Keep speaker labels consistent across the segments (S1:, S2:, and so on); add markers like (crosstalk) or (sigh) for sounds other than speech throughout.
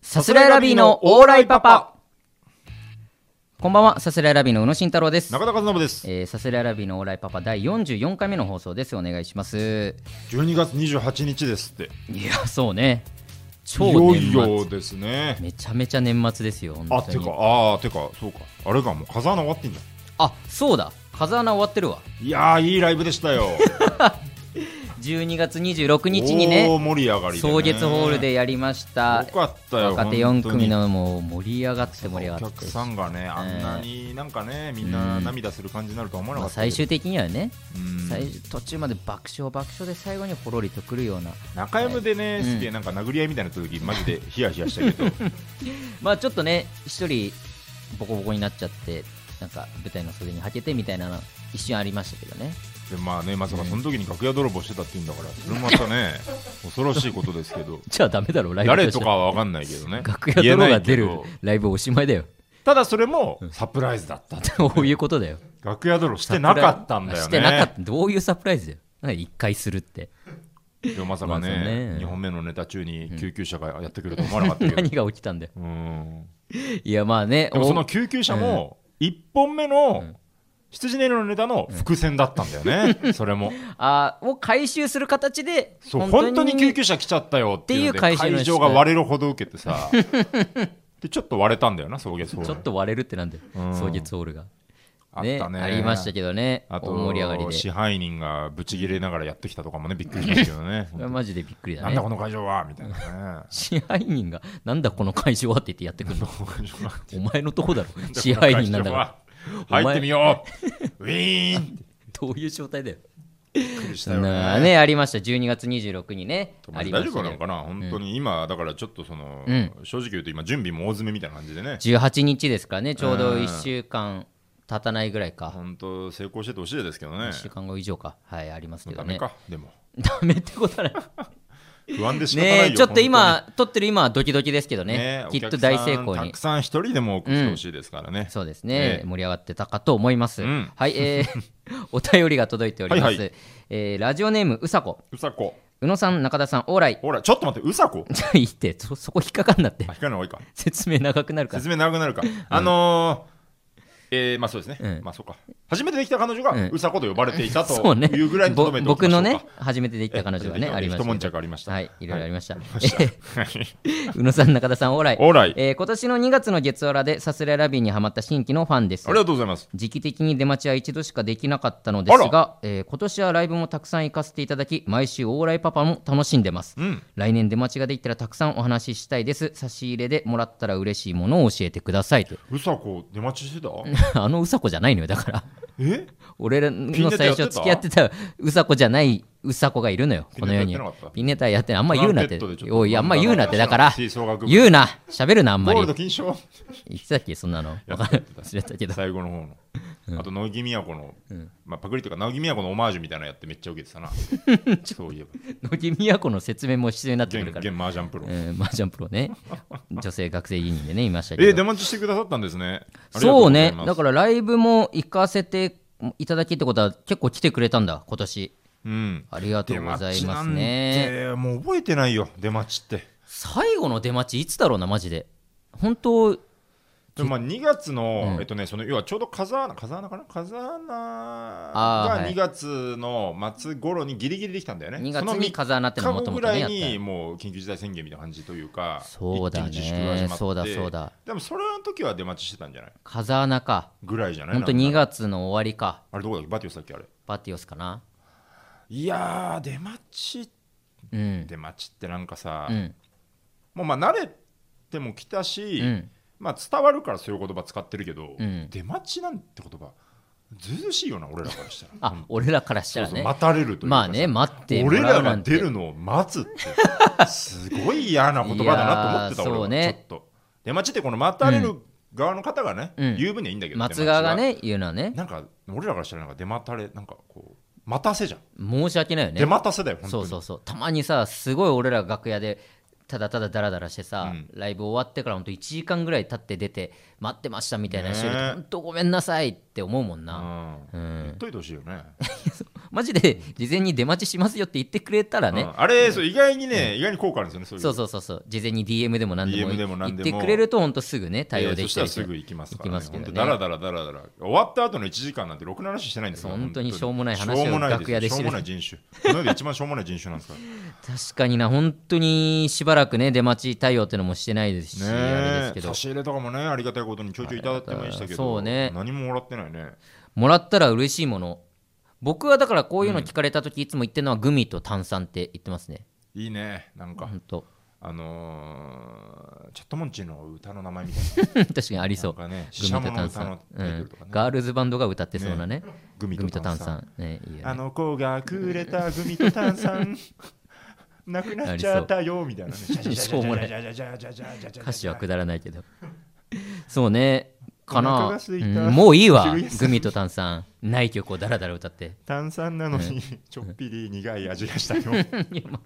S1: さすらいラビーのオーライパパこんばんは、さすらいラビーの宇野慎太郎です。
S2: 中田和伸です
S1: えー、さすらいラビーのオーライパパ第44回目の放送です。お願いします。
S2: 12月28日ですって
S1: いや、そうね。超
S2: いよ
S1: 年
S2: い
S1: 末
S2: よですね
S1: めちゃめちゃ年末ですよ、本
S2: あ
S1: 当
S2: て
S1: に
S2: か。あーてかそうかあれかもう風穴終わってんじゃ
S1: あそうだ。風穴終わってるわ。
S2: んいやーいいライブでしたよ
S1: 12月26日にね、
S2: 大盛り上がりで、ね、
S1: 草月ホールでやりました
S2: よ。かったよ
S1: 若手
S2: 本
S1: 4
S2: 当に
S1: 組のもう盛り上がって盛り上
S2: お
S1: がって
S2: 客。さんがねあんなになんかねみんな涙する感じになるとは思わな
S1: ま
S2: か
S1: あ、
S2: った
S1: 最
S2: けど
S1: 終的にはね、
S2: うん
S1: 最途中まで爆笑爆笑で最後にほろりとくるような
S2: 中山でね、
S1: うん
S2: すげえなんか殴り合いみたいになった時マジでヒヤヒヤしたけど
S1: (laughs) まあちょっとね、一人ボコボコになっちゃって、なんか舞台の袖にはけてみたいなの一瞬ありましたけどね。
S2: でまあねまさかその時に楽屋泥棒してたって言うんだからそれもまた
S1: (laughs)
S2: ね恐ろしいことですけど
S1: (laughs) じゃあダメだろ、ライブ
S2: 誰
S1: し
S2: と
S1: て
S2: かは分かんないけどね
S1: 楽屋泥が出
S2: 言
S1: る
S2: えないけど
S1: ライブおしまいだよ。 (laughs)
S2: ただそれもサプライズだった
S1: どういうことだよ。
S2: 楽屋泥してなかったんだよね
S1: してなかった。どういうサプライズだよ。なんか一回するって。
S2: でもまさか
S1: まあそう
S2: ね
S1: ね
S2: 2本目のネタ中に救急車がやってくると思わなかったけど
S1: 何が起きたんだよ。
S2: うん
S1: いや、まあね。
S2: でもその
S1: お
S2: 救急車も1本目の羊ネイルのネタの伏線だったんだよねそれも
S1: あーを回収する形で、
S2: そう本当に救急車来ちゃったよっていうので
S1: っていう会社の
S2: 会場が割れるほど受けてさでちょっと割れたんだよな草月ホール
S1: ちょっと割れるってなんだよ。
S2: うん
S1: 送月ホールが。
S2: あったね
S1: ありましたけどね。
S2: あと
S1: 大盛り上がりで。
S2: 支配人がブチギレながらやってきたとかもねびっくりしましたけど
S1: (laughs)
S2: ね
S1: これはマジでびっくりだ
S2: な
S1: ね。
S2: んだこの会場はみたいなね
S1: 支配人がなんだこの会場はって言ってやってくる
S2: (laughs)
S1: のお前のとこだろ支配人なんだから
S2: ら入ってみようウィーンって
S1: どういう状態だよ
S2: びっくりしたよ
S1: な
S2: ね
S1: あねありました12月26にねあ
S2: 大
S1: りま
S2: 丈
S1: した
S2: 夫な
S1: ね
S2: のかな本当に今だからちょっとその
S1: うん
S2: 正直言うと今準備も大詰めみたいな感じでね
S1: 18日ですからねちょうど
S2: うん
S1: 1週間経たないぐらいか
S2: 本当成功しててほしいですけどね
S1: 1週間後以上かはいありますけど
S2: ダ
S1: ね
S2: メかでも
S1: (laughs) ダメってことだね
S2: 不安で (laughs) 仕方ないよ
S1: ねえちょっと今撮ってる今はドキドキですけどね
S2: ね
S1: きっと大成
S2: お
S1: 功
S2: 客さん
S1: に
S2: たくさん一人でも多くしてほしいですからね
S1: そうですね、
S2: ええ
S1: 盛り上がってたかと思います、
S2: うん
S1: はいえ
S2: (laughs)
S1: ーお便りが届いております、
S2: はいはい
S1: えーラジオネームうさこ
S2: うさこ
S1: 宇野さん中田さんオーライ
S2: ほらちょっと待ってうさこ
S1: (laughs) じゃあいいってそそこ引っかかんなって
S2: あ引かない方がいいか
S1: 説明長くなるから
S2: 説明長くなるか、あのーえーまあそうですね、
S1: うん
S2: まあそうか初めてできた彼女が
S1: うん
S2: うさこと呼ばれていた
S1: (laughs)
S2: と
S1: そうね
S2: いうぐらいに
S1: ぼ
S2: 留めておき
S1: 僕
S2: ましょうか
S1: のね初めてできた彼女がね
S2: え
S1: ありまし
S2: 一
S1: た
S2: 悶
S1: けど
S2: 着ありました
S1: はいいろいろありました、
S2: はい
S1: (laughs) 宇野さん中田さんオーライ
S2: オーライ
S1: えー今年の2月の月オラでさすらいラビーにハマった新規のファンです
S2: ありがとうございます
S1: 時期的に出待ちは一度しかできなかったのです
S2: あ
S1: が、えー今年はライブもたくさん行かせていただき毎週オーライパパも楽しんでます、
S2: うん
S1: 来年出待ちができたらたくさんお話ししたいです差し入れでもらったら嬉しいものを教えてください
S2: (laughs)
S1: と
S2: うさこ出待ちしてた
S1: あのうさこじゃないのよだから
S2: え
S1: 俺らの最初付き合
S2: ピンネタや
S1: っ
S2: ってて
S1: たうさこじゃないうさこがいるのよこの世に
S2: ピンネタやってなかった
S1: ピンネタやってないあんま言うなって
S2: トランペットでちょっと
S1: おいあんま言うなってだから
S2: 吹奏楽部
S1: 言うな喋るなあんま
S2: ゴー
S1: り
S2: ルド金賞
S1: 言ってたっけそんなの
S2: や
S1: わ
S2: っ
S1: か
S2: てた
S1: んない忘れたけど
S2: 最後の方の、あと乃木美子の、まあ、パクリというか乃木美子のオマージュみたいなのやってめっちゃ受けてた
S1: (laughs)
S2: なそういえば
S1: 乃木宮子の説明も必要になってく
S2: 現
S1: るから
S2: 現マージャンプロ、
S1: うんマージャンプロね女性学生議員でねいました
S2: え
S1: け
S2: ー、出
S1: ど
S2: 待ちしてくださったんですねありがと
S1: そう
S2: ござい
S1: ね
S2: ます
S1: だからライブも行かせていただきってことは結構来てくれたんだ今年
S2: うん
S1: ありがと
S2: 出
S1: うござ
S2: 待
S1: い
S2: ち
S1: ま
S2: な
S1: す
S2: ん
S1: ね
S2: てもう覚えてないよ出待ちって
S1: 最後の出待ちいつだろうなマジで本当
S2: でもまあ2月の、
S1: うん
S2: えっとねその要はちょうど風穴風穴かな風穴
S1: あー
S2: が
S1: はい
S2: 2月の末頃にギリギリできたんだよね
S1: 2月
S2: その
S1: に
S2: 3
S1: 風穴っての
S2: 日
S1: もと
S2: 後
S1: も
S2: ぐ
S1: と
S2: ら
S1: ね
S2: い
S1: やった
S2: にもう緊急事態宣言みたいな感じというか
S1: そうだね
S2: 一気に自粛が始まって
S1: そうだそうだ
S2: でもそれの時は出待ちしてたんじゃない
S1: 風穴か
S2: ぐらいじゃない
S1: 本当
S2: なん
S1: 2
S2: か
S1: 月の終わりか
S2: あれどこだっけバティオスだっけあれ
S1: バティオスかない
S2: やー出待ち
S1: うん
S2: 出待ちってなんかさ、
S1: うん
S2: もうまあ慣れても来たし、
S1: うん
S2: まあ伝わるからそういう言葉使ってるけど、
S1: うん
S2: 出待ちなんて言葉ずうずうしいよな俺らか
S1: (laughs)
S2: らしたら
S1: あ俺らからした
S2: そう
S1: ら
S2: そう
S1: ね
S2: 待たれるというかさ
S1: まあね待っても
S2: 俺
S1: ら
S2: ら
S1: うな
S2: が
S1: んて
S2: 出るのを待
S1: (laughs)
S2: つってすごい嫌な言葉だなと思ってた
S1: いやー
S2: 俺
S1: そう
S2: は、
S1: ね
S2: ちょっと出待ちってこの待たれる側の方がね、
S1: うん
S2: 言う分にはいいんだけど
S1: 松川が
S2: 出待
S1: ね言うのはね
S2: ちはなんか俺らからしたらなんか出待たれなんかこう待たせじゃん、
S1: 申し訳ないよね
S2: 出待たせだよ本
S1: そ
S2: 当に
S1: うそうそうたまにさすごい俺ら楽屋でただただダラダラしてさ、
S2: うん
S1: ライブ終わってからほんと1時間ぐらい経って出て待ってましたみたいな人いると
S2: ねえ
S1: ほんとごめんなさいって思うもん
S2: う
S1: な、
S2: ん
S1: うん
S2: 言っといてほしいよね
S1: マジで事前に出待ちしますよって言ってくれたら
S2: う
S1: (laughs) ね、
S2: んあれ、そう意外にね、意外に効果あるんですよね、そういう。
S1: そうそうそうそう事前に DM でも何でも
S2: DM でも
S1: 言
S2: 何
S1: っ
S2: でも
S1: てくれると本当すぐね対応できたり
S2: えーそしたらすぐ行きますから、ね。
S1: 行きますけどね
S2: 本当だらだらだらだら。終わった後の1時間なんてろくな話してないんですよ。
S1: そう本当にしょうもない話を
S2: しょうもない
S1: 楽屋ですして
S2: し
S1: る
S2: ょうもない人種。この世で一番しょうもない人種なんです
S1: (laughs)
S2: から。
S1: 確かにな本当にしばらくね出待ち対応ってのもしてないですし、あれで
S2: ね
S1: す
S2: え
S1: けど
S2: 差し入れとかもねありがたいことにちょいちょいいただってましたけど
S1: そうね
S2: 何ももらってないね
S1: もらったら嬉しいもの僕はだからこういうの聞かれた時、いつも言ってるのはグミと炭酸って言ってますね
S2: いいねなんか
S1: 本当 (laughs)
S2: あのーチャットモンチーの歌の名前みたい
S1: 確かにありそ
S2: なな
S1: うん
S2: かね
S1: (laughs) グ
S2: シ
S1: ミ
S2: シ
S1: と
S2: ャモの
S1: 炭
S2: 歌の
S1: 酸、う
S2: タイトル
S1: ん
S2: とか、ね、
S1: ガールズバンドが歌ってそうなね
S2: グミ
S1: グミと
S2: と炭
S1: 炭
S2: 酸
S1: 酸ねいいよ
S2: あ
S1: ね
S2: の子がくれたグミと炭酸なくなっちゃったよみたいなね
S1: しょうもない歌
S2: 歌
S1: 詞はくだらないけどそうねか
S2: お
S1: な
S2: 腹が空いた
S1: うんもういいわ
S2: 昼休
S1: グ
S2: み
S1: ミと炭酸ない曲をダラダラ歌って
S2: 炭酸なのにちょっぴり苦い味がしたよ
S1: いやま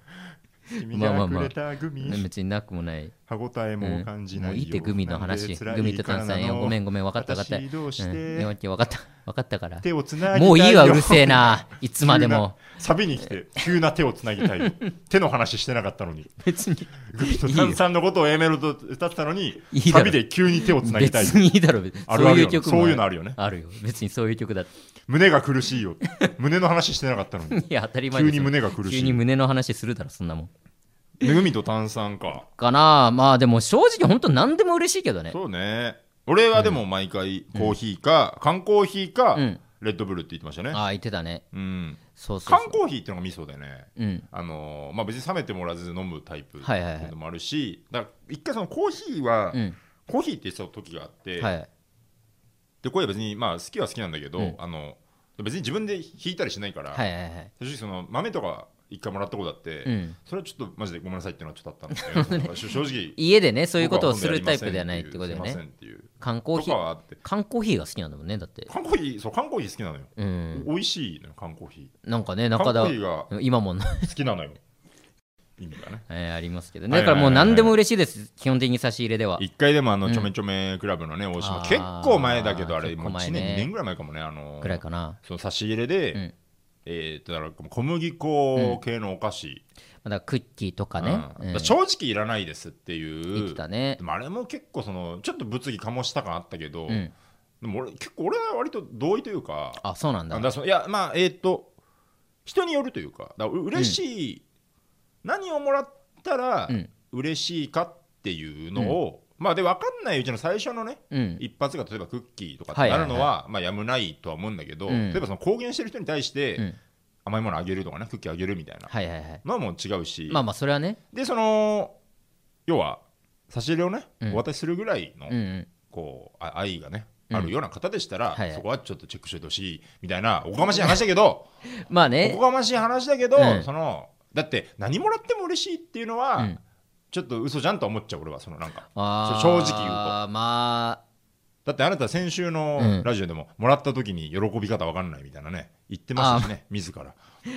S2: 君がくれたグ
S1: あ
S2: ミ
S1: 別になくもない
S2: 歯ごたえも感じない
S1: も
S2: よ
S1: ういいってグミの話グミと炭酸よごめんごめん分かった分かった、
S2: 私どうして
S1: うんいやオッケー分かった分かったから
S2: 手をつなぎたいよ
S1: もういいわうるせえないつまで
S2: (laughs)
S1: も
S2: 急なサビに来て急な手をつなぎたいよ手の話してなかったのに
S1: 別に
S2: グミと炭酸のことを A メロと歌ってたのに
S1: いいだろ
S2: サビで急に手をつなぎたいよ
S1: 別にいいだろ別に
S2: (laughs) ある
S1: そ
S2: ある
S1: うい
S2: よ
S1: う曲も
S2: そういうのあるよね
S1: あるよ別にそういう曲だ (laughs) って
S2: 胸が苦しいよ胸の話してなかっ
S1: (laughs)
S2: たのに
S1: いや当たり前
S2: 急
S1: です
S2: に胸が苦し
S1: 急に
S2: い
S1: 胸の話するだろそんなもん
S2: グミと炭酸か
S1: かなあまあでも正直本当何でも嬉しいけどね
S2: そうね俺はでも毎回コーヒーか缶コーヒーか
S1: うん
S2: レッドブルって言ってましたね
S1: ああ言ってたね
S2: うん
S1: そうそうそう
S2: 缶コーヒーってのがミソでね
S1: うん
S2: あのーまあ、別に冷めてもらわず飲むタイプって
S1: はいはいはい
S2: いうのもあるし、だから一回そのコーヒーは、
S1: うん
S2: コーヒーって言ってた時があって、
S1: はい
S2: でこれは別に、まあ、好きは好きなんだけど、
S1: うん
S2: あの別に自分で引いたりしないから、
S1: はいはいはい
S2: 正直その豆とか一回もらったことあって、
S1: うん
S2: それはちょっとマジでごめんなさいっていうのはちょっとあったんだけど、
S1: (laughs)
S2: なんか正直
S1: 家でねそういうことをするタイプではないってことだよ
S2: 僕は
S1: ね
S2: 本当にやりませんっていう
S1: 缶コーヒ
S2: とか
S1: ー
S2: はあって
S1: 缶コーヒーが好きなんだもんねだって
S2: 缶コーヒーそう缶コーヒー好きなのよ、
S1: うん
S2: 美味しいのよ缶コーヒ
S1: なんかね
S2: ー缶コ
S1: 中田
S2: ーヒーが
S1: 今もな (laughs)
S2: 好きなのよ意味がね
S1: えーありますけどね
S2: はい
S1: だ
S2: はい
S1: か
S2: は
S1: ら
S2: いはい
S1: もう何でも嬉しいです基本的に差し入れでは
S2: 一回でもあの
S1: うん
S2: ちょめちょめクラブのね大島
S1: あー
S2: 結構前だけどあれ
S1: 結構
S2: もう
S1: 前
S2: 1
S1: ね
S2: 年2年ぐらい前かもねあの
S1: くらいかな
S2: その差し入れで、
S1: うん
S2: えーっとだから小麦粉系のお菓子、
S1: まだクッキーとか
S2: うん
S1: ね
S2: だか
S1: うん
S2: ら正直いらないですっていう
S1: 言ってたね
S2: でもあれも結構そのちょっと物議醸した感あったけ
S1: う
S2: ど、
S1: ん
S2: でも俺結構俺は割と同意というか
S1: あそうなんだ
S2: だからそのいやまあえーっと人によるというかだからう嬉しい、何をもらったら
S1: うん
S2: 嬉しいかっていうのを、まあで分かんないうちの最初のね
S1: うん
S2: 一発が例えばクッキーとかっ
S1: は
S2: て
S1: いは
S2: な
S1: は
S2: いる
S1: い
S2: のはまあやむないとは思うんだけど、
S1: うん
S2: 例えばその公言してる人に対し
S1: う
S2: て
S1: ん
S2: 甘いものあげるとかねクッキーあげるみたいな
S1: はいはいはい
S2: のはもう違うし、
S1: まあまあそれはね
S2: でその要は差し入れをね、
S1: うん
S2: お渡しするぐらいの、
S1: うんうん
S2: こうあ愛がね
S1: うん
S2: あるような方でしたら、
S1: はいはい
S2: そこはちょっとチェックしておいてほしいみたいなおこがましい話だけど
S1: まあ
S2: お
S1: ね
S2: こがましい話だけど、
S1: うん
S2: そのだって何もらっても嬉しいっていうのは、
S1: うん
S2: ちょっと嘘じゃんとは思っちゃう俺はそのなんか
S1: あー
S2: 正直言う
S1: まあ
S2: だってあなた先週
S1: うん
S2: のラジオでも、もらった時に喜び方わかんないみたいなね言ってましたしね自ら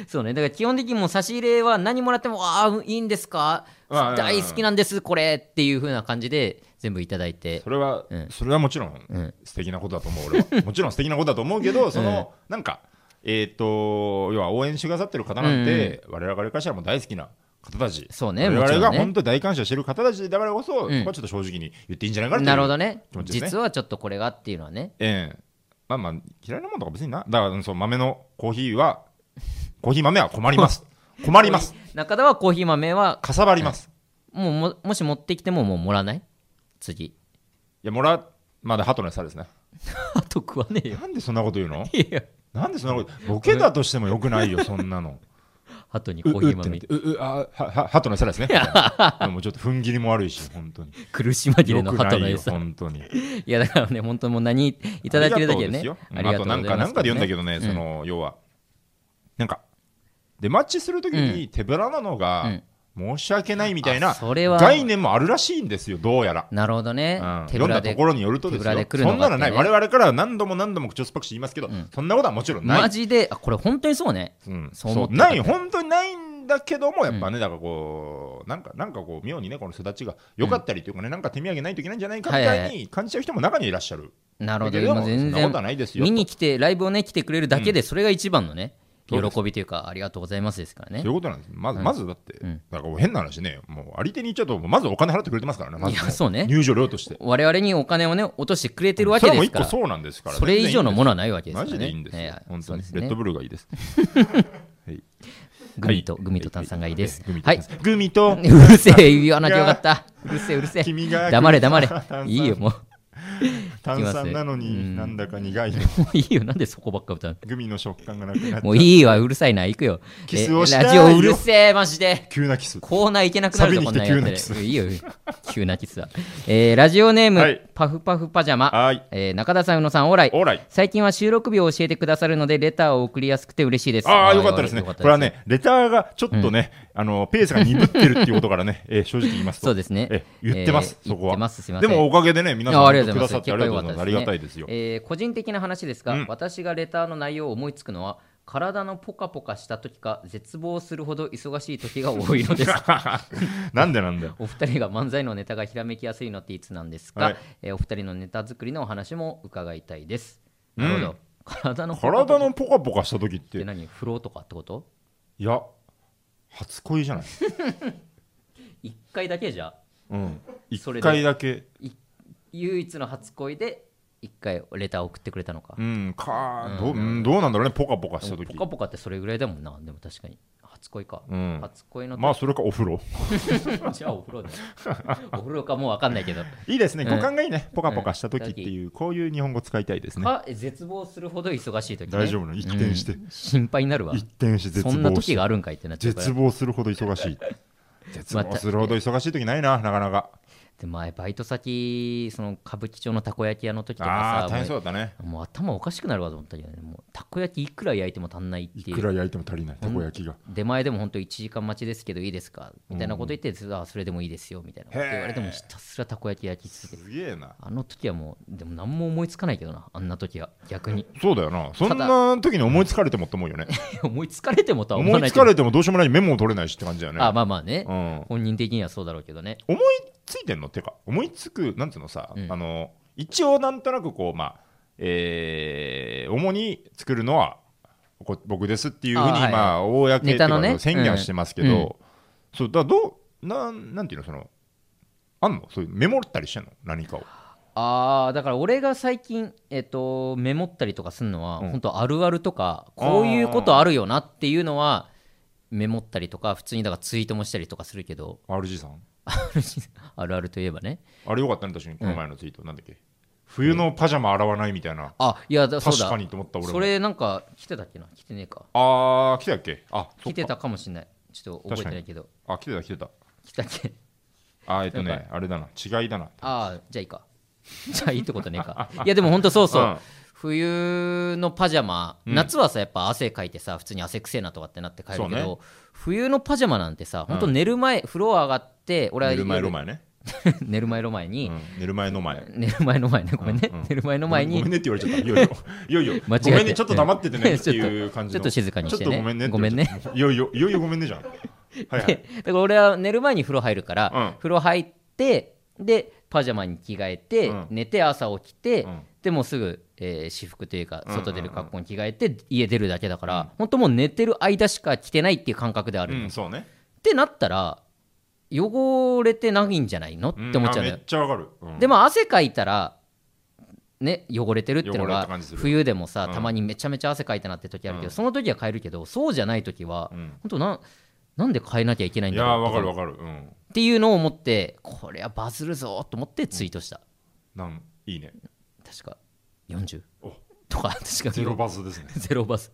S1: そうねだから基本的にもう差し入れは何もらってもああいいんですか
S2: ああ
S1: 大好きなんですこれっていう風な感じで全部いただいて
S2: それは、
S1: うん
S2: それはもちろん
S1: うん
S2: 素敵なことだと思う俺
S1: (laughs)
S2: はもちろん素敵なことだと思うけどその、なんかえっ、と要は応援してくださってる方なんて、我々からしたらもう大好きな方たち
S1: そうね
S2: 我
S1: もち
S2: 々
S1: ろ
S2: が
S1: んね
S2: 本当に大感謝してる方たちだからこそ、
S1: うん
S2: そこはちょっと正直に言っていいんじゃないかなっていう
S1: なるほどね
S2: 気持ちですね
S1: 実はちょっとこれがっていうのはね
S2: ええまあまあ嫌いなもんとか別になだからそう豆のコーヒ
S1: (laughs)
S2: ーはコーヒー豆は困ります困ります
S1: 中田はコーヒー豆は
S2: かさばります、
S1: もうももし持ってきてももうもらわない
S2: (laughs)
S1: 次
S2: いやもらまだハトの餌ですね
S1: あと食わねえよ
S2: なんでそんなこと言うの
S1: (laughs) いや
S2: なんでそんなことボケたとしてもよくないよそんなの
S1: あとにコ
S2: う
S1: ーヒ
S2: う
S1: ー
S2: ってな
S1: 豆
S2: ってううあははハトの餌ですねみたいなでもちょっと踏ん切りも悪いし本
S1: (laughs)
S2: 当に
S1: 苦し紛れ
S2: よ
S1: の
S2: く
S1: 鳩
S2: な
S1: の
S2: いよ
S1: 餌
S2: 本当に
S1: (laughs) いやだからね本当にもう何いただいてるだけで
S2: あ
S1: ね
S2: りがとうですよあとなんかなんかで読んだけ
S1: ど
S2: どね、
S1: ん
S2: その要はなんか出待ちするときに手ぶらなのが申し訳ないみたい
S1: あ
S2: な
S1: それは
S2: 概念もあるらしいんですよどうやら。
S1: なるほどね、
S2: うん、
S1: 手
S2: 読
S1: ぶ
S2: ん
S1: ら
S2: だ
S1: で
S2: ところによるとで
S1: 手
S2: す
S1: ぶら
S2: よ、
S1: で来るのか
S2: そんなのない、
S1: ってね
S2: 我々からは何度も何度も口を酸っぱくして言いますけど、そんなことはもちろんない、
S1: マジであこれ本当にそうね
S2: うん、
S1: そ
S2: そうう
S1: 思ってなかっ
S2: な
S1: た
S2: い本当にないんだけどもやっぱね、だからこうなんかなんかこう妙にねこの育ちが良かったりというかね、なんか手土産ないといけないんじゃないかみ
S1: はいは
S2: た
S1: い
S2: いに感じちゃう人も中にはいらっしゃる
S1: なるほど
S2: だけど
S1: 今全
S2: そんな
S1: 然
S2: ことはないですよ
S1: 見に来てライブをね来てくれるだけでそれが一番のね、
S2: そうです
S1: 喜びというか、ありがとうございますですからね
S2: そうい。うことなんです。まず、
S1: うん
S2: まずだって、
S1: うん
S2: だから変な話ね、もうあり手に言っちゃうと、まずお金払ってくれてますからね、まずね
S1: いやそうね
S2: 入場料として。
S1: 我々にお金をね、落としてくれてるわけですから、
S2: それはもう一個そうなんですから。
S1: それ以上のものはないわけですか
S2: マ
S1: らね。
S2: ジでいいんですよ
S1: ええ
S2: 本
S1: そ
S2: 当
S1: う
S2: に
S1: で。す
S2: レッ
S1: ね
S2: ドブルーがいいです。
S1: グミと、グミと炭酸がいいです。
S2: グミと
S1: はい。
S2: グミと
S1: うるせえ、言わなきゃよかった。うるせえ、うるせえ。
S2: 君が
S1: 黙れ、黙れ
S2: 炭。酸
S1: いいよ、もう。
S2: 炭酸なの
S1: いきます
S2: に
S1: ね
S2: なんだか苦いよ。
S1: もういいよ、なんでそこばっか歌うの
S2: グミの食感がなくなっ
S1: もう
S2: い。
S1: いいわ、うるさいな、行くよ。
S2: キスをしたい
S1: えラジオうるせえ、マジで。
S2: 急なキス。
S1: コーナー行けなくなるぞ、
S2: サビに
S1: こ
S2: 来
S1: ん
S2: て
S1: なんやった
S2: 急なキス
S1: ら。いいよ、急なキスは。えーラジオネーム、
S2: はい
S1: パフパフパジャマ、
S2: はい。
S1: えー中田さん、宇野さん、オーライ。
S2: オーライ。
S1: 最近は収録日を教えてくださるので、レターを送りやすくて嬉しいです。
S2: ああ、よかったですね。
S1: よ
S2: これは。ね、レターがちょっとね、あの、ペースが鈍ってるっていうことからね、 (laughs) えー正直言いますと。
S1: そうですね
S2: えー言ってます、
S1: えー
S2: そこ
S1: 言っ
S2: は。
S1: てますすいませ
S2: で
S1: ん
S2: もおかげでね、皆さん
S1: ああ
S2: 本
S1: りが
S2: 当
S1: とうご
S2: くだ
S1: ざいます
S2: さってありがとうございます。あ
S1: 結構良
S2: りがた
S1: かった
S2: い
S1: で
S2: ですすよ。
S1: えー個人的な話ですが、
S2: うん
S1: 私がレターの内容を思いつくのは、体のポカポカした時か、絶望するほど忙しい時が多いの
S2: (laughs)
S1: です。
S2: なんでなんだよ。
S1: お二人が漫才のネタがひらめきやすいのっていつなんですか、
S2: はい
S1: えーお二人のネタ作りのお話も伺いたいです。なるほど。
S2: うん
S1: 体のポカポカ
S2: 体
S1: っ
S2: のポカポカした時って、
S1: て
S2: い
S1: 何フローとかってこと
S2: や、初恋じゃない。
S1: 一回だけじゃ
S2: うん。
S1: それで
S2: 一回だけ。
S1: 唯一の初恋で一回レター送ってくれたのか
S2: う。ん、か
S1: うん
S2: どううん、どうなんだろうね、ポカポカした時
S1: ポ。カポカってそれぐらいだもんな。でも確かに。初恋か。
S2: うん
S1: 初恋の時、
S2: まあ、それかお風呂。
S1: じゃあお風呂だ。
S2: (laughs)
S1: お風呂かもうわかんないけど。
S2: いいですね、
S1: うん
S2: 五感がいいね。ポカポカした時っていう、こういう日本語使いたいですね。
S1: か絶望するほど忙しい時、ね、
S2: 大丈夫なの一転して
S1: うん心配になるわ
S2: 一転して絶
S1: そ
S2: 望
S1: んな
S2: して
S1: 時があるんかいってなっちゃうから
S2: 絶望するほど忙しい。絶望するほど忙しい時ないな、なかなか。
S1: で前バイト先その歌舞伎町のたこ焼き屋の時と
S2: あ
S1: か
S2: あー、
S1: さ
S2: 大変そ
S1: も
S2: うだったね。
S1: うもう頭おかしくなるわと思ったけどねもうたこ焼きいくら焼いても足んないって
S2: い
S1: い
S2: く
S1: う
S2: ら焼いても足りない、たこ焼きが。
S1: 出前でも本当1時間待ちですけどいいですかみたいなこと言って、あそれでもいいですよみたいなこと言われてもひたすらたこ焼き焼き続けて
S2: すげえな。
S1: あの時はもうでも何も思いつかないけどなあんな時は逆に (laughs)
S2: そうだよな。そんな時に思いつかれてもって思うよね。
S1: 思いつかれてもとは思
S2: 思
S1: わ
S2: い
S1: ない
S2: つ
S1: けど
S2: かれてもどうしようもないメモを取れないしって感じだよね。
S1: あまあまあね、
S2: うん
S1: 本人的にはそうだろうけどね
S2: 思いついてんのってか思いつくなんていうのさ、
S1: うん
S2: あの一応なんとなくこうまあえー主に作るのはこ僕ですっていうふう
S1: あ
S2: に
S1: はいはい
S2: まあ公ってい
S1: ネ
S2: うか
S1: タのね
S2: 宣言はしてますけど、
S1: うんうん
S2: そうだからどうなんなんていうのそのあんのそういうメモったりしてんの何かを
S1: あーだから俺が最近、えっとメモったりとかするのは、
S2: うん
S1: 本当あるあるとかこういうことあるよなっていうのはメモったりとか普通にだからツイートもしたりとかするけど (laughs)
S2: RG さん
S1: あるあるといえばね
S2: あれよかったね確かにこの前のツイート、なんだっけ冬のパジャマ洗わないみたいな、
S1: あいやだそう
S2: 確
S1: だ
S2: かにと思った俺も
S1: それなんか来てたっけな来てねえか
S2: ああ来てたっけあそっか
S1: 来てたかもしれないちょっと覚えてないけど
S2: あ来てた来てた
S1: 来たっけ
S2: あーえっと
S1: なん
S2: ねあれだな違いだな
S1: ああじゃあ
S2: (laughs)
S1: いいかじゃあいいってことねえかいやでも本当そうそう、
S2: うん
S1: 冬のパジャマ、夏はさやっぱ汗かいてさ普通に汗くせえなとかってなって帰るけ
S2: そう
S1: ど、冬のパジャマなんてさ本当寝る前、風呂上がって俺は
S2: 寝る前
S1: 夜
S2: の前ね
S1: (laughs) 寝る前の前に、
S2: うん寝る前の前。
S1: 寝る前の前ねごめんね、
S2: うんうん
S1: 寝る前の前に
S2: ごめんねって言われちゃった。い
S1: (laughs)
S2: よいよ。いよいよ。
S1: 間違えて
S2: ごめんね、ちょっと黙っててね
S1: うん
S2: っていう感じの。
S1: (laughs) ちょっとちょっと静かにしてね
S2: ちょっとごめんね。
S1: ごめんね。
S2: いよいよ、いよいよごめんねじゃん。はいはい。
S1: でだから俺は寝る前に風呂入るから、
S2: うん
S1: 風呂入ってでパジャマに着替えて、
S2: うん
S1: 寝て朝起きて、
S2: うん
S1: でもうすぐ、えー私服というか
S2: んうんうん
S1: 外出る格好に着替えて、家出るだけだから、本当もう寝てる間しか着てないっていう感覚である
S2: う
S1: の、
S2: ん、
S1: っ
S2: そうね。
S1: てなったら汚れてないんじゃないのっ
S2: ん
S1: て思っちゃうの
S2: あ
S1: よ
S2: めっちゃわかる。うん
S1: でも汗かいたらね汚れてるっての
S2: 汚れた
S1: が
S2: 感じする
S1: 冬でもさ
S2: うん
S1: たまにめちゃめちゃ汗かいたなって時あるけど、
S2: うん
S1: その時は変えるけどそうじゃない時は、
S2: うん
S1: 本当なんなんで変えなきゃいけないん
S2: い
S1: だ
S2: やー、
S1: ろう
S2: わかる
S1: と
S2: わかる。うん。
S1: っていうのを思ってこれはバズるぞと思ってツイートした、
S2: なん、いいね。
S1: 確か40
S2: お
S1: とか確か
S2: ゼロバズですね。
S1: ゼロバズ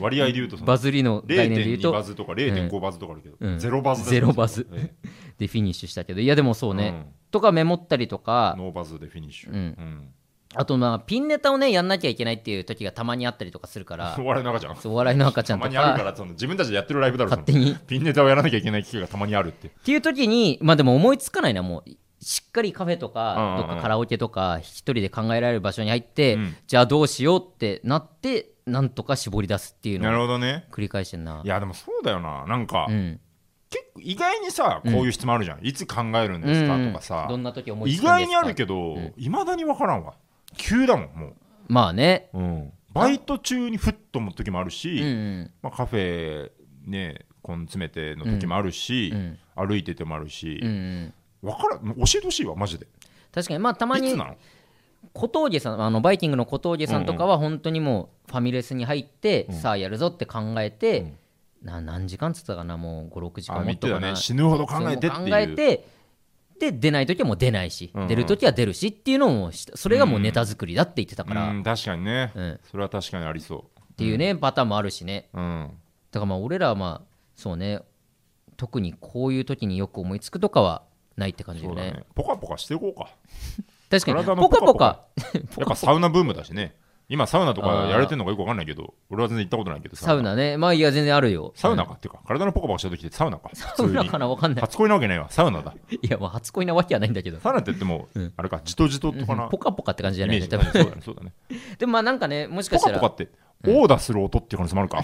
S2: 割合で言うとその、
S1: バズりの概念で言う
S2: 0.2バ
S1: と
S2: ズとか0.5バズとかあるけ
S1: う
S2: ど、
S1: ん
S2: ゼロバズですね
S1: ゼロバズ
S2: ええ
S1: でフィニッシュしたけどいやでもそうね、
S2: うん
S1: とかメモったりとか
S2: ノーバズでフィニッシュ。
S1: うん
S2: うん
S1: あとまあピンネタをねやんなきゃいけないっていう時がたまにあったりとかするか
S2: (laughs)
S1: ら
S2: お笑いの赤ちゃん。
S1: そうお笑いの赤ちゃん
S2: たま
S1: と
S2: にある
S1: か
S2: から、その自分たちでやってるライブだろ。その
S1: 勝手に
S2: ピンネタをやらなきゃいけない機会がたまにあるって。
S1: っていう時にまあでも思いつかないなもうしっかりカフェとか
S2: うんう
S1: ど
S2: んうん
S1: っかカラオケとか一人で考えられる場所に入って、
S2: うん
S1: じゃあどうしようってなってなんとか絞り出すっていう
S2: なる
S1: のを
S2: ほどね。
S1: 繰り返してんない
S2: やでもそうだよななんか、
S1: うん、
S2: 結構意外にさこういう質問あるじゃん、いつ考えるんですかとか
S1: ど
S2: さ、
S1: んな時思い
S2: 意
S1: つくんで
S2: 外
S1: すか
S2: にあるけどいま、未だに分からんわ急だもんも
S1: まあね
S2: う、うんバイト中にふっと思う時もあるし、
S1: うんうん
S2: まあ、カフェね根詰めての時もあるし、
S1: うん
S2: 歩いててもあるし、
S1: うんうん
S2: わからん教えてほしいわマジで
S1: 確かにまあたま
S2: いつ
S1: に
S2: なの
S1: 小峠さんあのバイキングの小峠さんとかは本当にもうファミレスに入って、
S2: うん
S1: さあやるぞって考えて、な何時間っつったかなもう56時
S2: あ
S1: 間
S2: 見
S1: もってと
S2: た
S1: かな
S2: ね死ぬほど考えてって
S1: そ
S2: いう
S1: う考えてで出ない時はもう出ないし、
S2: うんうん
S1: 出る時は出るしっていうのをもうしたそれがもうネタ作りだって言ってたから、
S2: うん、確かにね、
S1: うん
S2: それは確かにありそ
S1: っていうねパターンもあるしね
S2: う、うん、
S1: だからまあ俺らはまあそうね特にこういう時によく思いつくとかはないって感じ
S2: そ
S1: よ
S2: うだ
S1: ね
S2: ねポカポカしていこうか
S1: 確かに
S2: 体
S1: ポ
S2: も
S1: カ
S2: ポ
S1: ポ
S2: カポ
S1: カ
S2: カやっぱサウナブームだしね今サウナとかやれてるのかよくわかんないけど俺は全然行ったことないけど
S1: サウナねまあいや全然あるよ
S2: サウナか、っていうか体のポカポカした時ってサウ
S1: (laughs)
S2: ナかサ
S1: サウナかなわかんない
S2: 初恋なわけないわサウナだ
S1: いやまあ初恋なわけはないんだけど
S2: サウナって言っても、
S1: うん
S2: あれかじとじととかな、
S1: ポカポカって感じじゃ
S2: イ
S1: な
S2: メ
S1: い
S2: ー
S1: ね
S2: ジ
S1: 多
S2: だ
S1: 分
S2: ねそうだねそうだね
S1: で (laughs) もまあなんかねもしか
S2: ポ
S1: した
S2: カ
S1: ら
S2: ポカって、オーダーする音っていう可能性も
S1: (laughs)
S2: あるか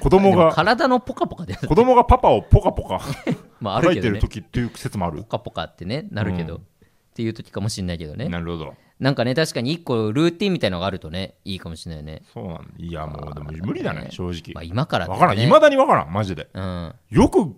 S2: 子供
S1: でも
S2: が
S1: 体のポカポカで
S2: 子供がパパをポカポカ
S1: まあある
S2: 叩
S1: け
S2: い
S1: ど
S2: てる
S1: ね
S2: 時っていう説もある
S1: ポカポカってねなるけど、
S2: うん
S1: っていう時かもしれないけどね
S2: なるほど
S1: なんかね確かに一個ルーティンみたいのがあるとねいいかもしれないよね、
S2: そうなんいやもうでも無理だね正直
S1: まあ、今からって
S2: わ
S1: ね
S2: からんいまだにわからんマジで
S1: うん
S2: よく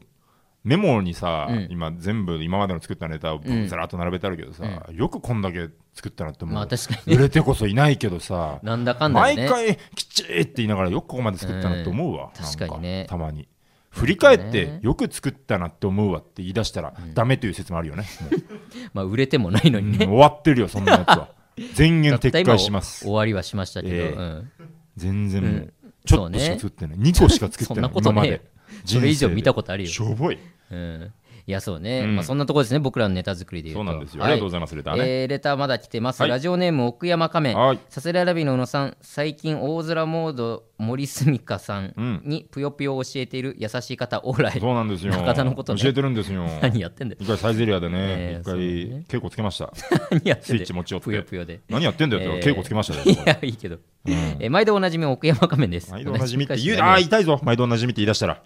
S2: メモにさ、
S1: うん
S2: 今全部今までの作ったネタを
S1: うん
S2: ずらっと並べてあるけどさ、よくこんだけ作ったなって思う、
S1: まあ確かに
S2: 売れてこそいないけどさ
S1: なんだかんだで
S2: 毎
S1: ね
S2: 回きっちりって言いながらよくここまで作ったなって思う
S1: う
S2: わ、
S1: ん
S2: なん
S1: 確かにね
S2: たまに振り返っ
S1: ね
S2: てよく作ったなって思うわって言い出したらダメという説もあるよね、もう
S1: まあ売れてもないの
S2: うん
S1: にね、
S2: 終わってるよそんなやつ
S1: (laughs)
S2: は全言撤回しま
S1: たった今
S2: す
S1: 終わりはしましたけど、
S2: ええ
S1: うん
S2: 全然もう、
S1: うん
S2: ちょっとしか作ってない、2個しか作って
S1: そ
S2: ない
S1: んなこと
S2: 今ま
S1: ね
S2: で
S1: それ以上見た
S2: こ
S1: ことあるよ
S2: し、ょぼい
S1: うん、いやそうね、
S2: うん
S1: まあ、そんなところですね僕らのネタ作りでいうと
S2: そうなんですよ、
S1: はい
S2: ありがとうございますレターね、
S1: えーレターまだ来てます、
S2: はい
S1: ラジオネーム奥山仮面
S2: はい
S1: さすらいラビの宇野さん最近大空モード森住香さ
S2: うんん
S1: にぷよぷよを教えている優しい方オーライ
S2: そうなんですよ。
S1: 中田のことね
S2: 教えてるんですよ。
S1: 何やってんだよ
S2: 一回サイゼリアで
S1: ええ
S2: ね、一回
S1: そうね
S2: 稽古つけました。
S1: 何やって
S2: ス
S1: ん
S2: イ
S1: だ
S2: ッチ
S1: よ
S2: 持ち寄っ
S1: ぷよぷ
S2: て。
S1: よで
S2: 何やってんだよっ
S1: え
S2: て
S1: ー
S2: 稽古つけまし
S1: (laughs)
S2: た
S1: い
S2: ね。
S1: やいいけど、えー毎度おなじみの奥山仮面です
S2: 毎度おなじみって言う、
S1: お
S2: ああ
S1: な
S2: ー、
S1: じみ
S2: 痛いぞ。毎度おなじみって言い出したら。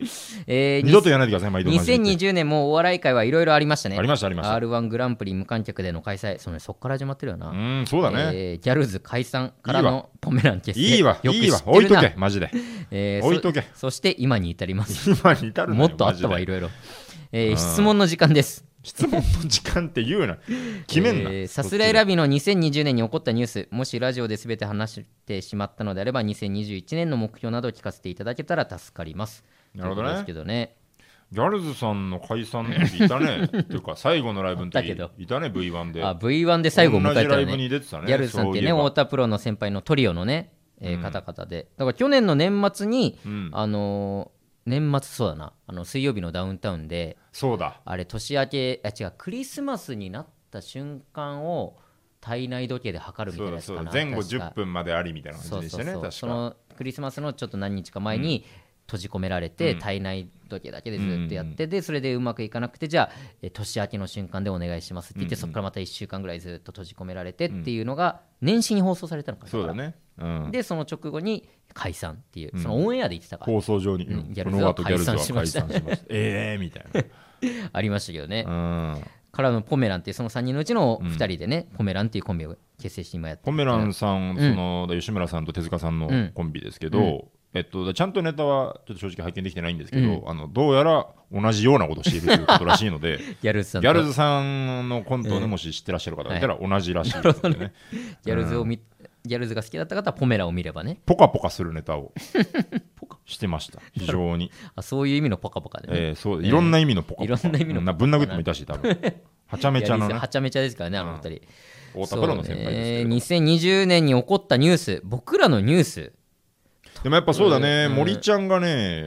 S1: えー
S2: 二度と言わないでください、毎度おなじみって。
S1: 2020年もお笑い界はいろいろありましたね
S2: ありましたありました
S1: r 1グランプリ無観客での開催そのそっから始まってるよな、
S2: うーん、そうだね。
S1: えーギャルズ解散から
S2: いい
S1: のポメラン結成
S2: いいわ、い
S1: よく知って
S2: い
S1: る
S2: わ
S1: な。
S2: 置いとけ、マジで。
S1: えー
S2: 置いとけ
S1: そそして今に至ります
S2: 今に至るなよ
S1: もっとあった
S2: マ
S1: わ
S2: ジ
S1: い
S2: で
S1: ろいろ、えー質問の時間です
S2: 質問の時間って言うな。決めん
S1: えー
S2: な。
S1: さすらいラビの2020年に起こったニュースもしラジオで全て話してしまったのであれば2021年の目標など聞かせていただけたら助かります
S2: なるほど
S1: と
S2: ね
S1: いうことですけどね
S2: ギャルズさんの解散の時い
S1: (laughs)
S2: たね。っていうか、最後のライブの
S1: あったけ
S2: 時
S1: ど
S2: いたね、V1 で。
S1: あ V1 で最後を迎えた
S2: 同じラ
S1: ら
S2: イブに
S1: ね
S2: 出てたね。
S1: ギャルズさんって
S2: そうい
S1: ね
S2: えば
S1: 太田プロの先輩のトリオのね、えー
S2: うん
S1: 方々でだから去年の年末に、
S2: うん
S1: あのー年末そうだなあの水曜日のダウンタウンで
S2: そうだ。
S1: あれ年明けあ違うクリスマスになった瞬間を体内時計で測るみた
S2: そ
S1: いうな
S2: だ
S1: やつ
S2: そう
S1: かな
S2: だ前後
S1: 確か
S2: 10分までありみたいな
S1: そ
S2: 感
S1: う
S2: じで
S1: そ
S2: した
S1: う
S2: ね
S1: そう
S2: 確
S1: そ
S2: か
S1: のクリスマスのちょっと何日か前に閉じ込められて、
S2: うん
S1: 体内時計だけでずっとやって、でそれでうまくいかなくてじゃあえー年明けの瞬間でお願いしますって言って、
S2: うんうん
S1: そこからまた1週間ぐらいずっと閉じ込められてっていうのが年始に放送されたのかな
S2: そうだね、うん、
S1: でその直後に解散っていう、
S2: ん
S1: そのオンエアで言ってたから
S2: 放送上に、
S1: うん
S2: うん
S1: ギャルズ
S2: この
S1: は
S2: 後ギャルズは
S1: 解散しま
S2: 解
S1: した
S2: 散しました (laughs) ええみたい
S1: ありましたけどね、
S2: な、うん、
S1: からのポメランっていうその3人のうちの2人でね、ポメランっていうコンビを結成して今やって
S2: ポ
S1: る
S2: メランさん、その吉村さんと手塚さんの
S1: うん
S2: コンビですけど、えっと、ちゃんとネタはちょっと正直拝見できてないんですけど、あのどうやら同じようなことをしているということらしいの (laughs) で
S1: ギャルズさ
S2: ギ
S1: んと
S2: ャルズさんのコントをね、もし知ってらっしゃる方がいたら同じらしいですね
S1: ギャルズを見ギャルズが好きだった方はポメラを見ればね
S2: ポカポカするネタ (laughs) をしてました非常に
S1: あそういう意味のポカポカでね、
S2: えー、そういろんな意味のポカポカ、
S1: いろんな意味のポカポカ
S2: ぶん殴ってもいたし多分はちゃめ
S1: ギ
S2: ち
S1: ャ
S2: ゃ
S1: ルズ
S2: のね
S1: はちゃめちゃですからねあの二人、
S2: 太田
S1: そう
S2: プロの先輩ですけど、
S1: ね2020年に起こったニュース僕らのニュース
S2: でもやっぱそうだね、
S1: うん
S2: 森ちゃんがね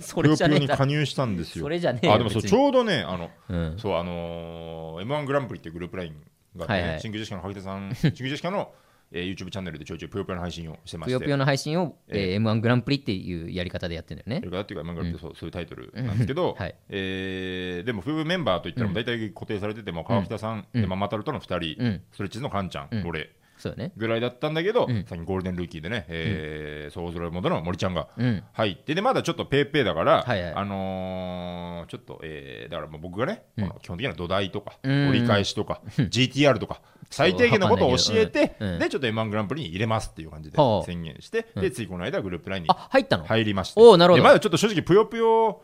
S1: そ
S2: ぷよ
S1: れ
S2: ぷ
S1: じゃ
S2: よ
S1: ねえ
S2: に
S1: か
S2: 加入したんですよ
S1: それじゃねえよ
S2: あでもそう
S1: 別に
S2: ちょうどねあの、
S1: うん
S2: そうあのー、m 1グランプリっていうグループラインがあって、
S1: はいはい
S2: シングルジェシカの萩田さ
S1: (laughs)
S2: んシングルジェシカの、えー、YouTube チャンネルでちょいちょいぷよぷよの配信をしてま
S1: ぷ
S2: して
S1: よぷよの配信を、えー m 1グランプリっていうやり方でやってるんだよ
S2: と
S1: ね
S2: いうかっていうか、漫画ってそう,、そういうタイトルなんですけど、
S1: (laughs) はい
S2: えーでも、夫婦メンバーといったら、大体固定されてても、川北さん、
S1: うん
S2: 山ママタルとの2人、
S1: うん
S2: ストレッチーズのカンちゃん、
S1: うん
S2: 俺、
S1: そうよね。
S2: ぐらいだったんだけど、
S1: うん
S2: 最近ゴールデンルーキーでね、えー総揃いモードの森ちゃんが
S1: うん。
S2: 入って、で、まだちょっとペーペーだから、
S1: はいはい
S2: あのーちょっと、えーだからもう僕がね、
S1: うん
S2: この基本的な土台とか、
S1: うん
S2: 折り返しとか、GTR とか、
S1: (laughs)
S2: 最低限のことを教えて、
S1: うんうん
S2: で、ちょっと M1 グランプリに入れますっていう感じで
S1: はあ
S2: 宣言して、で、ついこの間グループラインに
S1: あ、入ったの
S2: 入りました。
S1: おーなるほど
S2: でまだちょっと正直、ぷよぷよ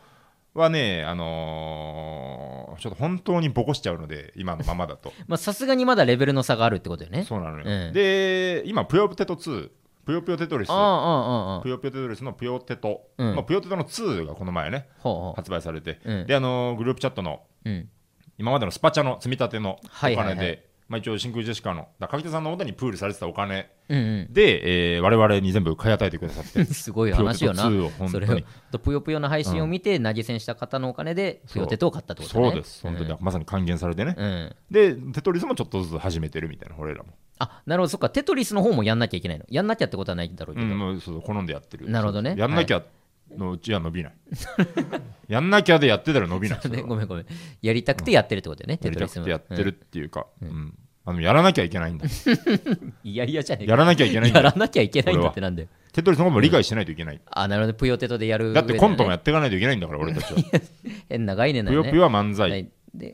S2: はね、あのーちょっと本当にボコしちゃうので、今のままだと。
S1: まあ、さすがにまだレベルの差があるってことよね。
S2: そうなのよ。
S1: ええ
S2: で、今、ぷよテト2、ぷよぷよテトリス、
S1: ああ、ああ、ああ。
S2: ぷよぷよテトリスのぷよテト、
S1: うん
S2: まあ、ぷよテトの2がこの前ね、
S1: ほうほ
S2: 発売されて、
S1: うん
S2: で、あのーグループチャットの、
S1: う。うん。
S2: 今までのスパチャの積み立てのお
S1: は
S2: 金
S1: い
S2: で、
S1: はいはい
S2: まあ、一応、真空ジェシカの、だから柿田さんの元にプールされてたお金
S1: うんうん。
S2: で、えー、我々に全部買い与えてくださって、
S1: (laughs) すごい話よな
S2: ぷよぷよ2を。本当
S1: そ
S2: に
S1: れを、ぷよぷよの配信を見て、投げ銭した方のお金で、ぷよテトを買ったってことね。
S2: そうです、本当に、まさに還元されてね。
S1: うん。うん。
S2: で、テトリスもちょっとずつ始めてるみたいな、俺らも。
S1: あ、なるほど。そっか、テトリスの方もやんなきゃいけないの。やんなきゃってことはないんだろうけ
S2: う
S1: ど。
S2: ん、もうそうそう好んでやってる。
S1: なるほどね
S2: そうそうやんなきゃのうちは伸
S1: (laughs)
S2: びない。やんなきゃでやってたら伸びない。それは
S1: ごめんごめん。やりたくてやってるってことだよね。
S2: やり
S1: テト
S2: たく
S1: リス
S2: て
S1: も
S2: やってるっ。ていうか、うんあのやらなきゃいけないん (laughs) だ。
S1: うんいやいやじゃねえか
S2: やらなきゃいけないん
S1: や
S2: だ
S1: ら。なきゃいけないんだってなんだよ。
S2: テトリスの方も理解しないといけない。
S1: あ、なるほど。ぷよテトでやる。
S2: だってコントもやっていかないといけないんだから、俺たちは。
S1: 変な概念だ
S2: ぷ
S1: よ
S2: よ
S1: ね。
S2: ぷよは漫才、
S1: はいで、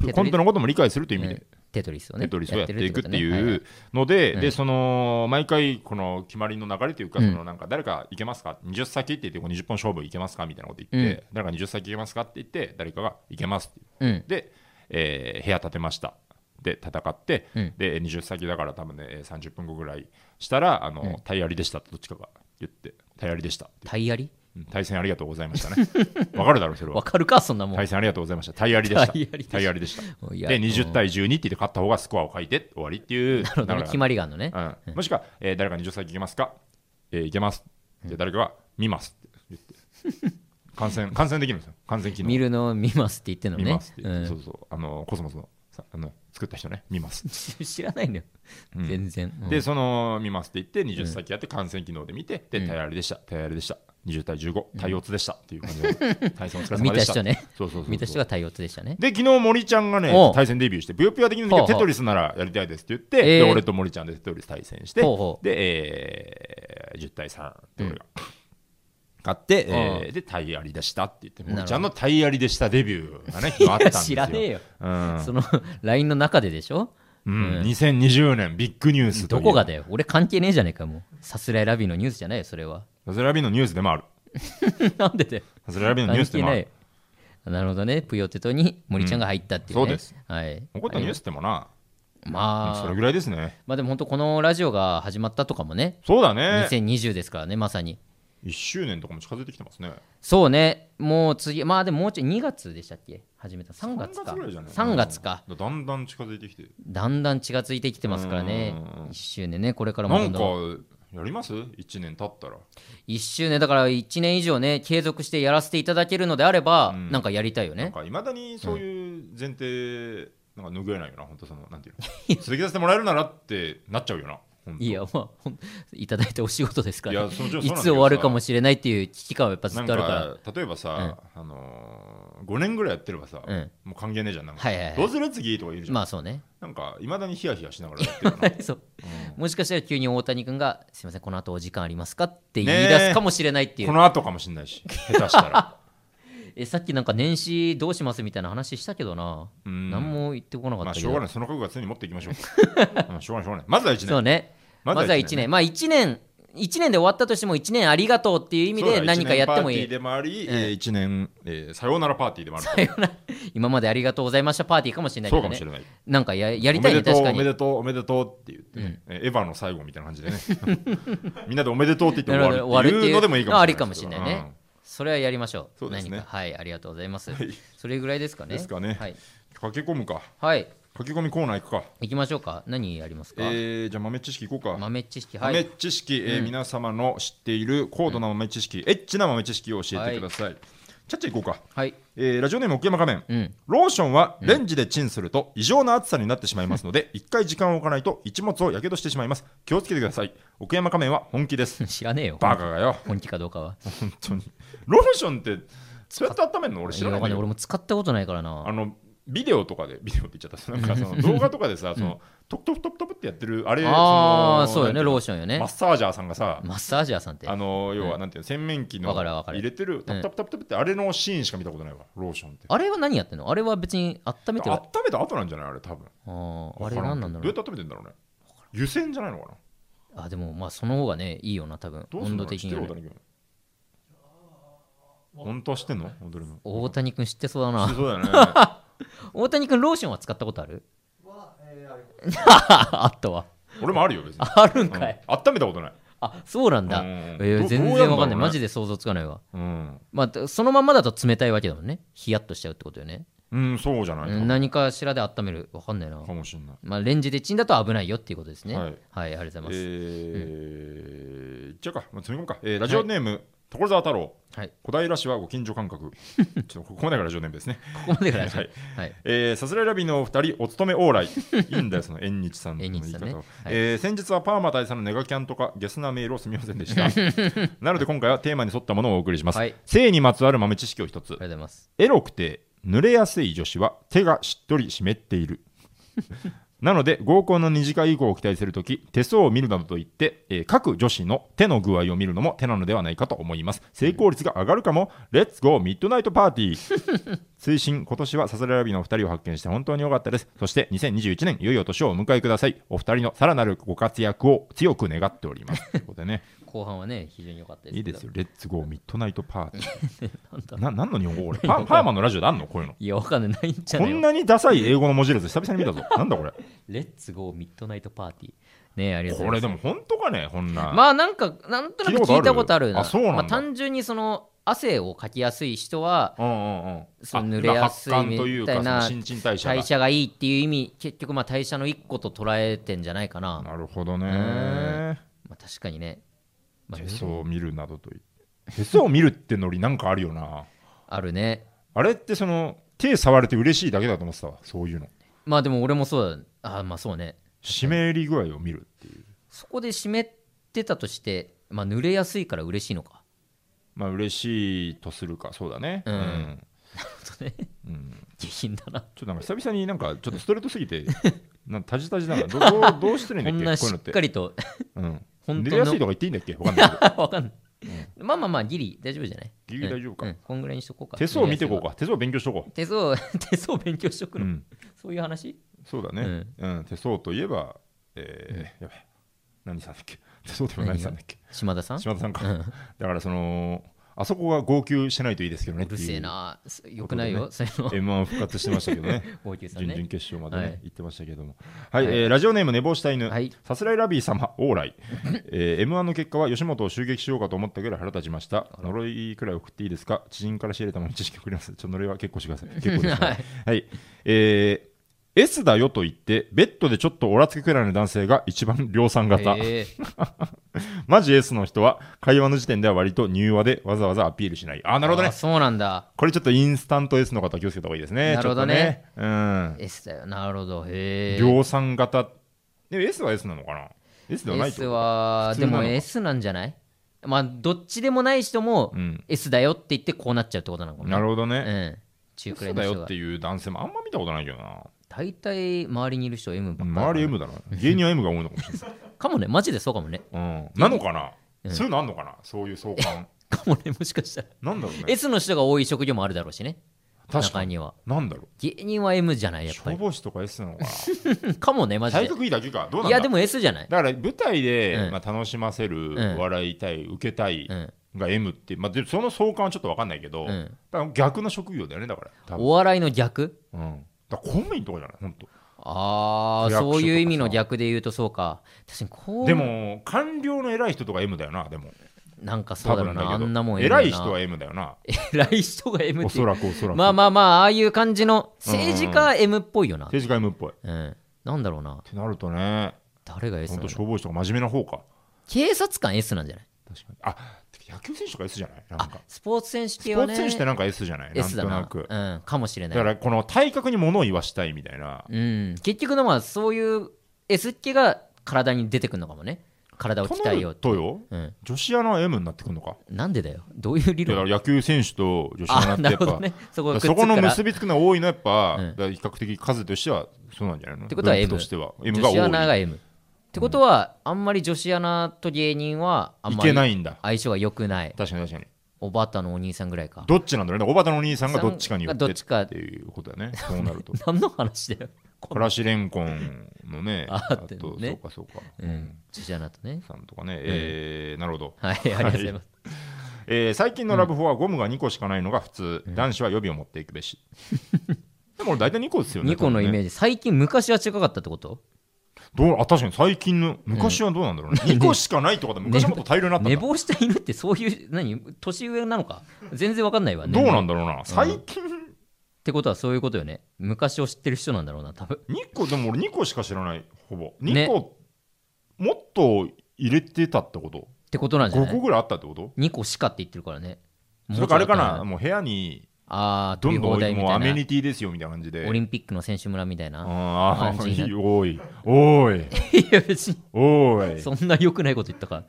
S1: テトリ
S2: コントのことも理解するという意
S1: う
S2: 味で
S1: ん。テトリスをね。
S2: テトリスをやっていくっ
S1: やっ
S2: て
S1: て
S2: い
S1: る
S2: うので、
S1: うん
S2: でその毎回この決まりの流れというか、
S1: うん
S2: そのなんか誰か行けますか、20先って言ってこう20本勝負行けますかみたいなこと言
S1: う
S2: っ
S1: ん
S2: て、誰か20先行けますかって言って、誰かが行けますって
S1: ことね
S2: で、えー部屋建てました。で戦って、
S1: うん
S2: で20先だから多分ねえー30分後ぐらいしたらあの、
S1: うん
S2: タイヤリでしたってどっちかが言ってタイヤリでしたって
S1: うん。タイヤリ
S2: うん対戦ありがとうございましたね
S1: (laughs)
S2: わかるだろうそれ
S1: わ
S2: は
S1: かるか、そんなもん。
S2: 対戦ありがとうございましたタイヤリでした
S1: タイヤリでした
S2: タイヤリでした
S1: いや
S2: で
S1: うん
S2: 20対12って言って勝った方がスコアを書いて終わりっていう
S1: (laughs) なるほどね
S2: 流れ
S1: 決まりがあるのね。
S2: うんもしくは、えー誰か20歳いけますか、えーいけますで誰かが見ますって言って感染感染できるんですよ感染機能
S1: 見るのを見ますって言ってんのね。
S2: 見ますって言って、
S1: う
S2: そ
S1: ん
S2: うそうあのコスモスのさあの作った人ね見ます
S1: (laughs) 知らないのよ。
S2: うん
S1: 全然。うん
S2: で、その見ますって言って、20先やって感染機能で見て、
S1: うん
S2: で、タイヤあれでした、タイヤあれでした、20対15、対オツでしたっていう感
S1: (laughs)
S2: じで、対戦お疲れ
S1: 見
S2: 様
S1: た
S2: でした。
S1: 人ね
S2: そうそうそうそう。
S1: 見た人が対応でしたね。
S2: で、昨日森ちゃんがね
S1: おう、
S2: 対戦デビューして、ぷよぷよはできるんだけ
S1: ほ
S2: ど、
S1: うほ
S2: テ
S1: う
S2: トリスならやりたいですって言って、
S1: えー
S2: で俺と森ちゃんでテトリス対戦して、
S1: ほうほう
S2: で、えー10対3って俺が。買って、え
S1: う
S2: ーで、タイヤありでしたって言って、
S1: るほど
S2: 森ちゃんのタイヤありでしたデビューがね、昨日あったんですよ。
S1: (laughs) 知らねえよ。
S2: うん
S1: その (laughs) LINE の中ででしょ
S2: うん、2020年ビッグニュースと
S1: ど
S2: いう
S1: こがだよ。俺関係ねえじゃねえかもう。さすらいラビーのニュースじゃないよ、それは。 (laughs)
S2: ラズラビのニュースでもある。
S1: なんでだよ。
S2: ラズラビのニュー
S1: 関
S2: スで
S1: 係
S2: もあ
S1: な
S2: る
S1: い。。なるほどね。ぷよテトに森ちゃんが入ったっていうね。
S2: うんそうです。
S1: はい。
S2: 起こったニュースってもな、
S1: まあ、
S2: それぐらいですね。
S1: まあでも本当このラジオが始まったとかもね、
S2: そうだね。
S1: 2020ですからね、まさに。
S2: 1周年とかも近づいてきてますね。
S1: そうね、もう次、まあでももうちょい2月でしたっけ始めた3月か。
S2: 3ぐらいじゃない
S1: 3月か。。
S2: うんだんだん近づいてきて。
S1: だんだん近づいてきてますからね
S2: うんうんうん。
S1: 1周年ね、これからも
S2: なん
S1: 今
S2: か
S1: 度。
S2: やります ?1 年経ったら。
S1: 1周年、だから1年以上ね、継続してやらせていただけるのであれば、
S2: うん
S1: なんかやりたいよ
S2: なん
S1: ね。
S2: かいまだにそういう前提、なんか拭えないよな、本当その、なんていう
S1: (laughs)
S2: の。続けさせてもらえるならってなっちゃうよな。ほんと
S1: いや、まあほん、いただいたお仕事ですから、
S2: いやそのそうなんだ
S1: い
S2: けど
S1: つ
S2: さ
S1: 終わるかもしれないっていう危機感はやっぱず
S2: な
S1: っ
S2: ん
S1: とあるから。
S2: か例えばさ、あのー、5年ぐらいやってればさ、
S1: うん
S2: もう関係ねえじゃん。なんか
S1: はいはいはい
S2: どうする次とか言うじゃん。
S1: まあそうね。
S2: なんかいまだにヒヤヒヤしながらやってる
S1: (laughs)
S2: な。
S1: そうもしかしたら急に大谷君が「すいませんこの後お時間ありますか?」って言い出すかもしれないっていう、
S2: この後かもしれないし、下手したら。
S1: (laughs) えさっきなんか年始どうしますみたいな話したけどな、
S2: うん
S1: 何も言ってこなかっ
S2: ま
S1: た
S2: あ、
S1: け
S2: し
S1: ど、
S2: ょうがない、その覚悟は常に持ってい
S1: (laughs)
S2: きましょう。うんしょうがない、しょうがない。まずは1
S1: そう
S2: 年。
S1: ねま
S2: まずは
S1: ずは1年まあ1年1年で終わったとしても1年ありがとうっていう意味
S2: そう
S1: で
S2: だ
S1: 何かやってもい
S2: 一
S1: い
S2: 年パーティーでもあり、1年、えーさようならパーティーでもある。
S1: 今までありがとうございましたパーティーかもしれない
S2: そう
S1: け
S2: か
S1: どね
S2: もしれない。
S1: なんかややりたいね
S2: おめでと
S1: 確
S2: う、
S1: か
S2: おめ
S1: に
S2: でとう、おめでとうって言ってね、えーエヴァの最後みたいな感じでね、 (laughs) みんなでおめでとうって言って
S1: なるほど
S2: 終わるっていうのでもいいかもしれない。
S1: ありかもしれないね、それはやりましょう
S2: そうですね
S1: 何かはいありがとうございます、
S2: い
S1: それぐらいですかね
S2: ですかね
S1: はい、
S2: うん駆け込むか。
S1: はい、
S2: 駆け込みコーナー行くか。
S1: 行きましょうか何やりますか、
S2: えーじゃあ豆知識行こうか。
S1: 豆知識は
S2: 豆
S1: い
S2: 知識、えー皆様の知っている高度な豆知識、エッチな豆知識を教えてください。ちゃっちゃ行こうか。
S1: はい
S2: えーラジオネーム奥山仮面、
S1: うん (laughs)
S2: ローションはレンジでチンすると異常な暑さになってしまいます
S1: (laughs)
S2: ので一回時間を置かないと一物をやけどしてしまいます気をつけてください奥山仮面は本気です
S1: (laughs) 知らねえよ
S2: バカがよ
S1: 本気かどうかは
S2: 本当にローションってそうやって温めるの俺知ら
S1: いや
S2: な
S1: わ
S2: い
S1: かんない
S2: んだけ
S1: 俺
S2: ど
S1: も使ったことないから
S2: あ
S1: な
S2: のビデオとかでビデオって言っちゃったそのなん
S1: (laughs)
S2: かその動画とかでさそのトップトップトップトップってやってるあれ
S1: ああ、
S2: の
S1: そうよね、ロー
S2: シ
S1: ションよ
S2: マ
S1: ね
S2: ッ。サージャーさんがさ
S1: マッサージャーさんって。
S2: あの要
S1: う
S2: は
S1: ん
S2: なんていうの洗面器の
S1: わかるわかる
S2: 入れてるタップタップタップタップってあれのシーンしか見たことないわローションって
S1: あれは何やってんのあれは別に温めてる。
S2: 温
S1: あ
S2: めた後なんじゃないあれ多分
S1: ーあ
S2: わ
S1: れ
S2: から
S1: 何
S2: け
S1: な
S2: ど
S1: んだろ
S2: どう
S1: う。
S2: やって温めてんだろうね湯煎じゃないのかな
S1: あ、でもまあその方がね、いいよな、多分。
S2: どうすん
S1: 温
S2: の
S1: 度的
S2: 知
S1: に
S2: って
S1: は
S2: る
S1: ね。
S2: 大谷君本当は知ってんの本当に
S1: 大谷君知ってそうだ
S2: 知っ
S1: な。
S2: てそうだよ
S1: (laughs)
S2: ね
S1: 大谷君ローションは使ったことある (laughs) あったわ。
S2: 俺もあるよ別に
S1: あるんかい。
S2: うん温めたことない
S1: あ、そうなんだ。
S2: うん
S1: え
S2: ど
S1: ー
S2: う
S1: 全然わかん
S2: どうやん
S1: ない。
S2: だろうね
S1: マジで想像つかないわ。
S2: うん
S1: まあ、そのまんまだと冷たいわけだもんね。ヒヤッとしちゃうってことよね。
S2: うんそうじゃないか
S1: 何かしらで温める。わかんないな。
S2: かもしんない
S1: まあ、レンジでチンだと危ないよっていうことですね。
S2: は
S1: はいい、ありがとうございます。
S2: えー、いっちゃうか、まあ、積み込むか、えーラジオネーム、所沢太郎、
S1: はい、
S2: 小平市はご近所
S1: (laughs)
S2: 感覚、ちょっとここまでがラジオネームですね、
S1: ここまでがラジオ。
S2: は
S1: はいい、
S2: えー、さすらいラビのお二人、お勤め往
S1: (laughs)
S2: 来、いいんだよ、その縁日さんの言い
S1: 縁日さ
S2: 方
S1: ん
S2: を、
S1: ねはい
S2: えー先日はパーマ大佐のネガキャンとか、ゲスなメールをすみません
S1: (laughs)
S2: でした。なので今回はテーマに沿ったものをお送りします。
S1: はい
S2: 性にまつわる豆知識を一つ
S1: ありがとうございます。
S2: エロくて濡れやすい女子は手がしっとり湿っている (laughs) なので合コンの二次会以降を期待するとき手相を見るなどといって、えー各女子の手の具合を見るのも手なのではないかと思います成功率が上がるかもレッツゴーミッドナイトパーティー (laughs) 推進今年はサスララビのお二人を発見して本当に良かったですそして2021年いよいよ年をお迎えくださいお二人のさらなるご活躍を強く願っておりますということでね
S1: 後半はね、非常に良かったです
S2: いい
S1: けど。
S2: ですよレッツゴーミッドナイトパーティ
S1: なんだ
S2: ーな何の日本語これパパーマのラジオであんのこういうの
S1: いや、わかんない。ないんじゃ
S2: こ
S1: ない
S2: ん
S1: の
S2: なにダサい英語の文字列久々に見
S1: (laughs)
S2: たぞ。なんだこれ。
S1: レッツゴーミッドナイトパーティー。ねありがとう
S2: こ
S1: ござ
S2: れ
S1: い
S2: で
S1: ます。
S2: も本当かね、こんな。
S1: まあ、なんか、なんとなく聞いたことあるな。
S2: 聞いたことあるあそうなんだ
S1: まあ、単純にその、汗をかきやすい人は、
S2: うんうんうん。
S1: そう
S2: あ
S1: 濡れやすい
S2: 今発汗というか、
S1: みたいな
S2: その新陳代謝が
S1: 代謝がいいっていう意味、結局、まあ、代謝の一個と捉えてんじゃないかな。
S2: なるほど
S1: うー
S2: ね。
S1: まあ、確かにね。まあ
S2: へそを見るなどと言って。へそを見るってノリなんかあるよな。
S1: あるね。
S2: あれってその、手触れて嬉しいだけだと思ってたわ、そういうの。
S1: まあ、でも俺もそうだ。あ、まあ、そうね。
S2: 湿り具合を見るっていう。
S1: そこで湿ってたとして、まあ、濡れやすいから嬉しいのか。
S2: まあ嬉しいとするか、そうだね。
S1: うん
S2: うん
S1: ね、
S2: うん
S1: 下品だな。
S2: ちょっとなんか久々になんかちょっとストレートすぎ
S1: (laughs)
S2: て、なんかタジタジなんかどどうどうしてるんだ
S1: こ
S2: っけ、
S1: ん
S2: こう
S1: な
S2: いう
S1: し
S2: の
S1: っ
S2: って
S1: か。りと、
S2: うん
S1: 本
S2: 寝
S1: 当の
S2: れやすいとか言っていいんだっけわかんないけ
S1: (laughs)
S2: ど
S1: わかんない。まあまあまあ、ギリ大丈夫じゃない
S2: ギリ大丈夫か
S1: うんうんこんぐらいにしとこうか。
S2: 手相見てこうか手相勉強しとこ
S1: 手相。 (laughs) 手相勉強しと
S2: う、
S1: く
S2: う
S1: の。
S2: ん、
S1: そういう話
S2: そうだね、うん手相といえばえーやばい何さんだっけ手相といえば何さんだっけ
S1: 島田さん
S2: 島田さんか、
S1: うん
S2: だからそのあそこが号泣してないといいですけどね
S1: うるせえな。よくないよ。それの、
S2: m 1復活してましたけ
S1: (laughs)
S2: どね
S1: 号泣さん
S2: 準々
S1: ね。
S2: 決勝まで、ね
S1: はい
S2: 行ってましたけども、はい
S1: はい
S2: えーラジオネーム寝坊した犬
S1: はい
S2: さすらいラビー様往来、えー、m 1の結果は吉本を襲撃しようかと思ったぐらい腹立ちました呪いくらい送っていいですか知人から仕入れたもの知識送りますちょっと呪いは結構してく
S1: (laughs)
S2: ださい結構です、
S1: は
S2: はいいえー S だよと言って、ベッドでちょっとおらつくくらいの男性が一番量産型。
S1: えー
S2: マジ S の人は、会話の時点では割と柔和でわざわざアピールしない。あー、なるほど
S1: あ
S2: ね。
S1: そうなんだ。
S2: これちょっとインスタント S の方気をつけた方がいいですね。
S1: なるほどね
S2: ちょっとね。うん。
S1: S だよ。なるほど。へえ。
S2: 量産型でも S は S なのかな S ではないって
S1: S
S2: こと
S1: は、
S2: 普
S1: で
S2: 通なのか
S1: も S なんじゃないまあ、どっちでもない人も
S2: うん
S1: S だよって言ってこうなっちゃうってことなのか
S2: なるほど
S1: ほう
S2: ね、
S1: ん。中くら
S2: S
S1: いの
S2: だ
S1: 人
S2: よ
S1: が
S2: って。いう男性もあんま見たことないけどな
S1: 大体周りにいる人は M ばっかりだな
S2: 周り M だな芸人は M が多いのかもし
S1: (laughs)
S2: れない、
S1: かもねマジでそうかもね
S2: うん、なのかな、
S1: うん
S2: そういうのあんのかなそういう相関
S1: かもねもしかしたら
S2: なんだろうね
S1: (laughs) S の人が多い職業もあるだろうしね
S2: 確
S1: 中
S2: かに
S1: には
S2: なんだろ
S1: 芸人は M じゃないうやっぱ
S2: 消
S1: り
S2: 防士とか S なのか
S1: うんかもねマ
S2: な
S1: ジ
S2: 体
S1: で
S2: 格いいだけかどうなんだ
S1: いやでも S じゃない
S2: だから舞台で、
S1: うん
S2: まあ、楽しませる、
S1: ん
S2: 笑いたい受けたい
S1: うん
S2: が M って、まあ、でその相関はちょっと分かんないけ
S1: う
S2: ど、
S1: ん
S2: だから逆の職業だよねだから多分、
S1: お笑いの逆
S2: うん、だから公務員とかじゃない本当
S1: あー
S2: 区役所とか
S1: そ
S2: さ
S1: ういう意味の逆で言うとそうか確かにこう
S2: でも官僚の偉い人とか M だよなでも
S1: なんかそ
S2: 多
S1: うだろ
S2: 分
S1: う
S2: だけ
S1: な
S2: ど
S1: あんなもん M だ
S2: 偉
S1: ない
S2: 人は M だよな
S1: 偉い人が M
S2: お
S1: って
S2: そらくおそらく
S1: まあまあまあああいう感じの政治家は M っぽいよな
S2: 政治家 M っぽいっ
S1: うんなんだろうな
S2: てなるとね
S1: 誰が S な
S2: 本当
S1: の
S2: 消防士とか真面目な方か
S1: 警察官 S なんじゃない
S2: 確かにあ野球選手とか S じゃないなんか
S1: スポーツ選手
S2: ス
S1: 系
S2: ポ
S1: は
S2: ー
S1: ね
S2: ツ選手ってなんか S じゃないなん
S1: S だ
S2: とな
S1: な。
S2: く
S1: うん、かもしれ
S2: だ
S1: な
S2: か
S1: い。
S2: らこの体格に物を言わしたいみたいな
S1: うん、結局のまあそういう S っ気が体に出てくるのかもね。体を
S2: と
S1: 鍛
S2: な
S1: えよう
S2: る
S1: って
S2: とよ、
S1: うん、
S2: 女子アナ M になってくるのか。
S1: なんでだよどういう理
S2: だから
S1: 論
S2: 野球選手と女子アナ
S1: あ
S2: って
S1: な
S2: や
S1: る
S2: っ
S1: ほど
S2: ぱ、
S1: ねそこ
S2: だ
S1: がくっ
S2: から
S1: つ
S2: そ
S1: く
S2: この
S1: から
S2: 結びつくのは多いのはやっぱ、
S1: うん
S2: だから比較的数としてはそうなんじゃないのって
S1: ことは M
S2: としては M が
S1: 女
S2: 多い
S1: 子アナが M ってことは、あんまり女子アナと芸人はあん
S2: い
S1: まり
S2: けないんだ
S1: 相性が良くない
S2: 確かに確かに
S1: おばたのお兄さんぐらいか
S2: どっちなんだろうねおばたのお兄さんがどっちかによって
S1: どっちか
S2: っていうことだねそうなる
S1: (laughs)
S2: と
S1: 何の話だよ
S2: からしれんこんのね
S1: あ
S2: あ
S1: って
S2: と、
S1: ね
S2: そうかそうか、
S1: うん女子アナとね
S2: さんとかね、えーなるほど
S1: はいありがとうございます
S2: えー最近のラブホはゴムが2個しかないのが普通、男子は予備を持っていく
S1: (laughs)
S2: べしでも俺大体2個ですよね
S1: 2個のイメ
S2: ージ
S1: ージ最近昔は違かったってこと
S2: どうあ確かに最近の昔はどうなんだろうね、2個しかないってことは昔はもっと大量になったん
S1: 寝
S2: だ、
S1: 坊した犬ってそういう何年上なのか全然わかんないわね
S2: どうな
S1: っ
S2: んだろうな最近
S1: てことはそういうことよね昔を知ってる人なんだろうな多分
S2: 2個でも俺2個しか知らないほぼ2
S1: ね
S2: 個、もっと入れてたってこと
S1: ってことなんじゃな
S2: 5個
S1: い
S2: ぐらいあったってこと
S1: 2個しかって言ってるからね
S2: それかあれか
S1: も
S2: な
S1: うちょっと
S2: もう部屋に
S1: あった
S2: ど
S1: なあー
S2: んど
S1: 取
S2: ん
S1: り放題み
S2: もう
S1: た
S2: ア
S1: いな
S2: メニティですよみたいな感じで
S1: オリンピックの選手村みたいな。
S2: ああ
S1: 感じになっ
S2: (laughs) おいお
S1: い
S2: い
S1: や、別に
S2: おい
S1: そんな良くないこと言ったか。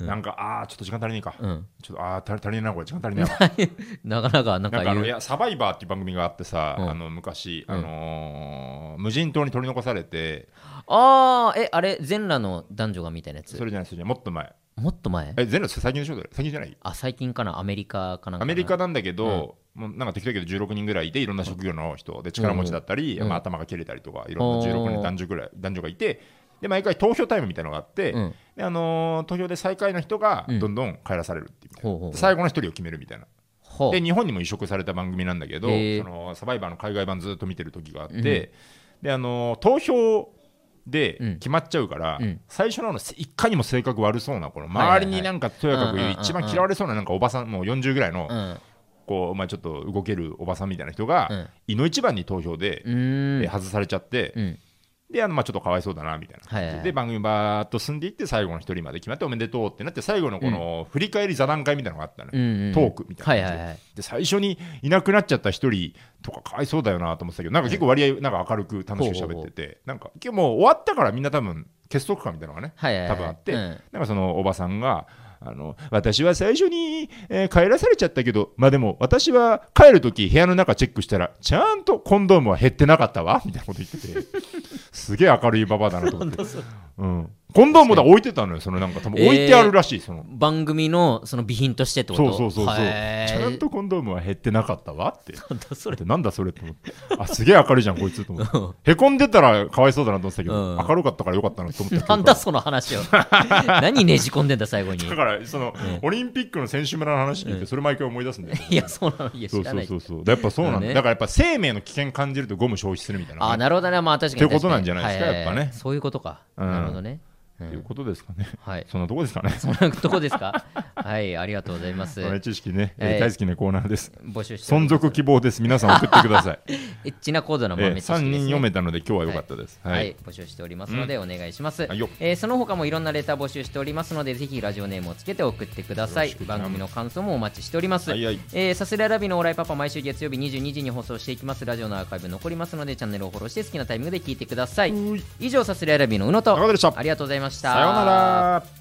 S2: なんかああちょっと時間足りねえか、
S1: うん。
S2: ちょっとああ足り足りねえなこれ時間足りねえ
S1: (laughs)
S2: な
S1: なかなか、なん
S2: な
S1: か
S2: んか
S1: 言
S2: あの
S1: う。
S2: いやサバイバーっていう番組があってさ、
S1: うん
S2: あの昔、
S1: うん
S2: あのー無人島に取り残されて
S1: ああ、え、あれ、全裸の男女がみたいなやつ
S2: そ。れじゃないそれじゃないもっと前
S1: もっと前
S2: え全部最近でしょそれ最近じゃない
S1: あ、最近かな、アメリカかなんかな。
S2: アメリカなんだけど、もうなんか適当だけど16人ぐらいいていろんな職業の人で力持ちだったり、
S1: うん
S2: まあ、頭が切れたりとかいろんな
S1: お
S2: 16
S1: ー
S2: 人男女ぐらい男女がいてで毎回投票タイムみたいなのがあって、
S1: うん。
S2: であのー投票で最下位の人が
S1: うん
S2: どんどん帰らされるっていうみたい
S1: ほ
S2: な
S1: うほうほう
S2: で最後の一人を決めるみたいな
S1: ほう
S2: で。日本にも移植された番組なんだけど、
S1: へー
S2: そのサバイバーの海外版ずっと見てる時があって、であのー投票
S1: うん
S2: で決まっちゃうから、
S1: うん
S2: 最初のあのせいかにも性格悪そうなこの
S1: いはいはい
S2: 周りになんかとやかく言う一番嫌われそうななんかおばさんもう40ぐらいの、
S1: うん。う
S2: こうまあ、ちょっと動けるおばさんみたいな人が、
S1: うん
S2: いの一番に投票で、
S1: ー
S2: えー
S1: ん。
S2: 外されちゃって、
S1: うん。
S2: であのまあちょっとかわいそうだなみたいな、
S1: はいはいはい
S2: で番組バーっと進んでいって最後の一人まで決まっておめでとうってなって最後のこの振り返り座談会みたいなのがあったの、
S1: うんうん
S2: トークみた
S1: はいい
S2: な感
S1: は
S2: じで
S1: いはい。
S2: で最初にいなくなっちゃった一人とかかわいそうだよなと思ってたけどなんか結構割合なんか明るく楽しく喋っててなんか今日もう終わったからみんな多分結束感みたいなのがね
S1: はいはいはい。
S2: 多分あって
S1: うん
S2: なんかそのおばさんがあの私は最初に、えー帰らされちゃったけどまあでも私は帰るとき部屋の中チェックしたらちゃんとコンドームは減ってなかったわみたいなこと言ってて (laughs) すげえ明るいババアだなと思って、うん、コンドームだ置いてたのよそのなんか多分置いてあるらしい、その
S1: 番組のその備品としてってこ
S2: そう
S1: と
S2: そうそうそう、
S1: へ
S2: ちゃん
S1: ー
S2: とコンドームは減ってなかったわって
S1: なんだそれ
S2: だってなんだそれと思ってあすげえ明るいじゃんこいつと思って
S1: うん
S2: へこんでたらかわいそうだなと思ってたけど、
S1: うん
S2: 明るかったからよかったなと思った
S1: なんだその話
S2: (laughs)
S1: を何ねじ込んでんだ最後に
S2: だからその、
S1: うん
S2: オリンピックの選手村の話聞いてそれ毎回思い出すんだよ、
S1: いやそうなのいや
S2: そ
S1: (laughs) 知
S2: う
S1: ら
S2: そ
S1: な
S2: う
S1: い
S2: そうそうだからやっぱそうなんだ、
S1: うんね
S2: だからやっぱ生命の危険感じるとゴム消費するみたいな
S1: あーなるほどねまあ確かに
S2: ってことなんじゃないですか
S1: 確に
S2: やっぱ
S1: は
S2: ね
S1: いそういうことか、
S2: うん
S1: なるほどね、う、
S2: というんことですかね
S1: はい
S2: そんなとこですかね
S1: そんなとこですかはいありがとうございます
S2: 豆知識ね、えー
S1: えー
S2: 大好きなコーナーです
S1: 募集しておりま
S2: 存
S1: す
S2: 続希望です皆さん送ってく
S1: (laughs)
S2: ださい、
S1: エッチな高度な
S2: え
S1: 豆
S2: ー、
S1: 知識です、ね
S2: 3人読めたので今日は良かったです
S1: はい、
S2: はい、
S1: 募集しておりますのでお願いします、
S2: はいよ
S1: えーその他もいろんなレター募集しておりますのでぜひラジオネームをつけて送ってくださ
S2: よ
S1: い
S2: ろしく
S1: 番組の感想もお待ちしております、
S2: はいはい
S1: えーさすらいラビのオーライパパ毎週月曜日22時に放送していきますラジオのアーカイブ残りますのでチャンネルをフォローして好きなタイミングで聞いてください以上さすらいラビの宇野と
S2: 中田でした
S1: ありがとうございました
S2: さようなら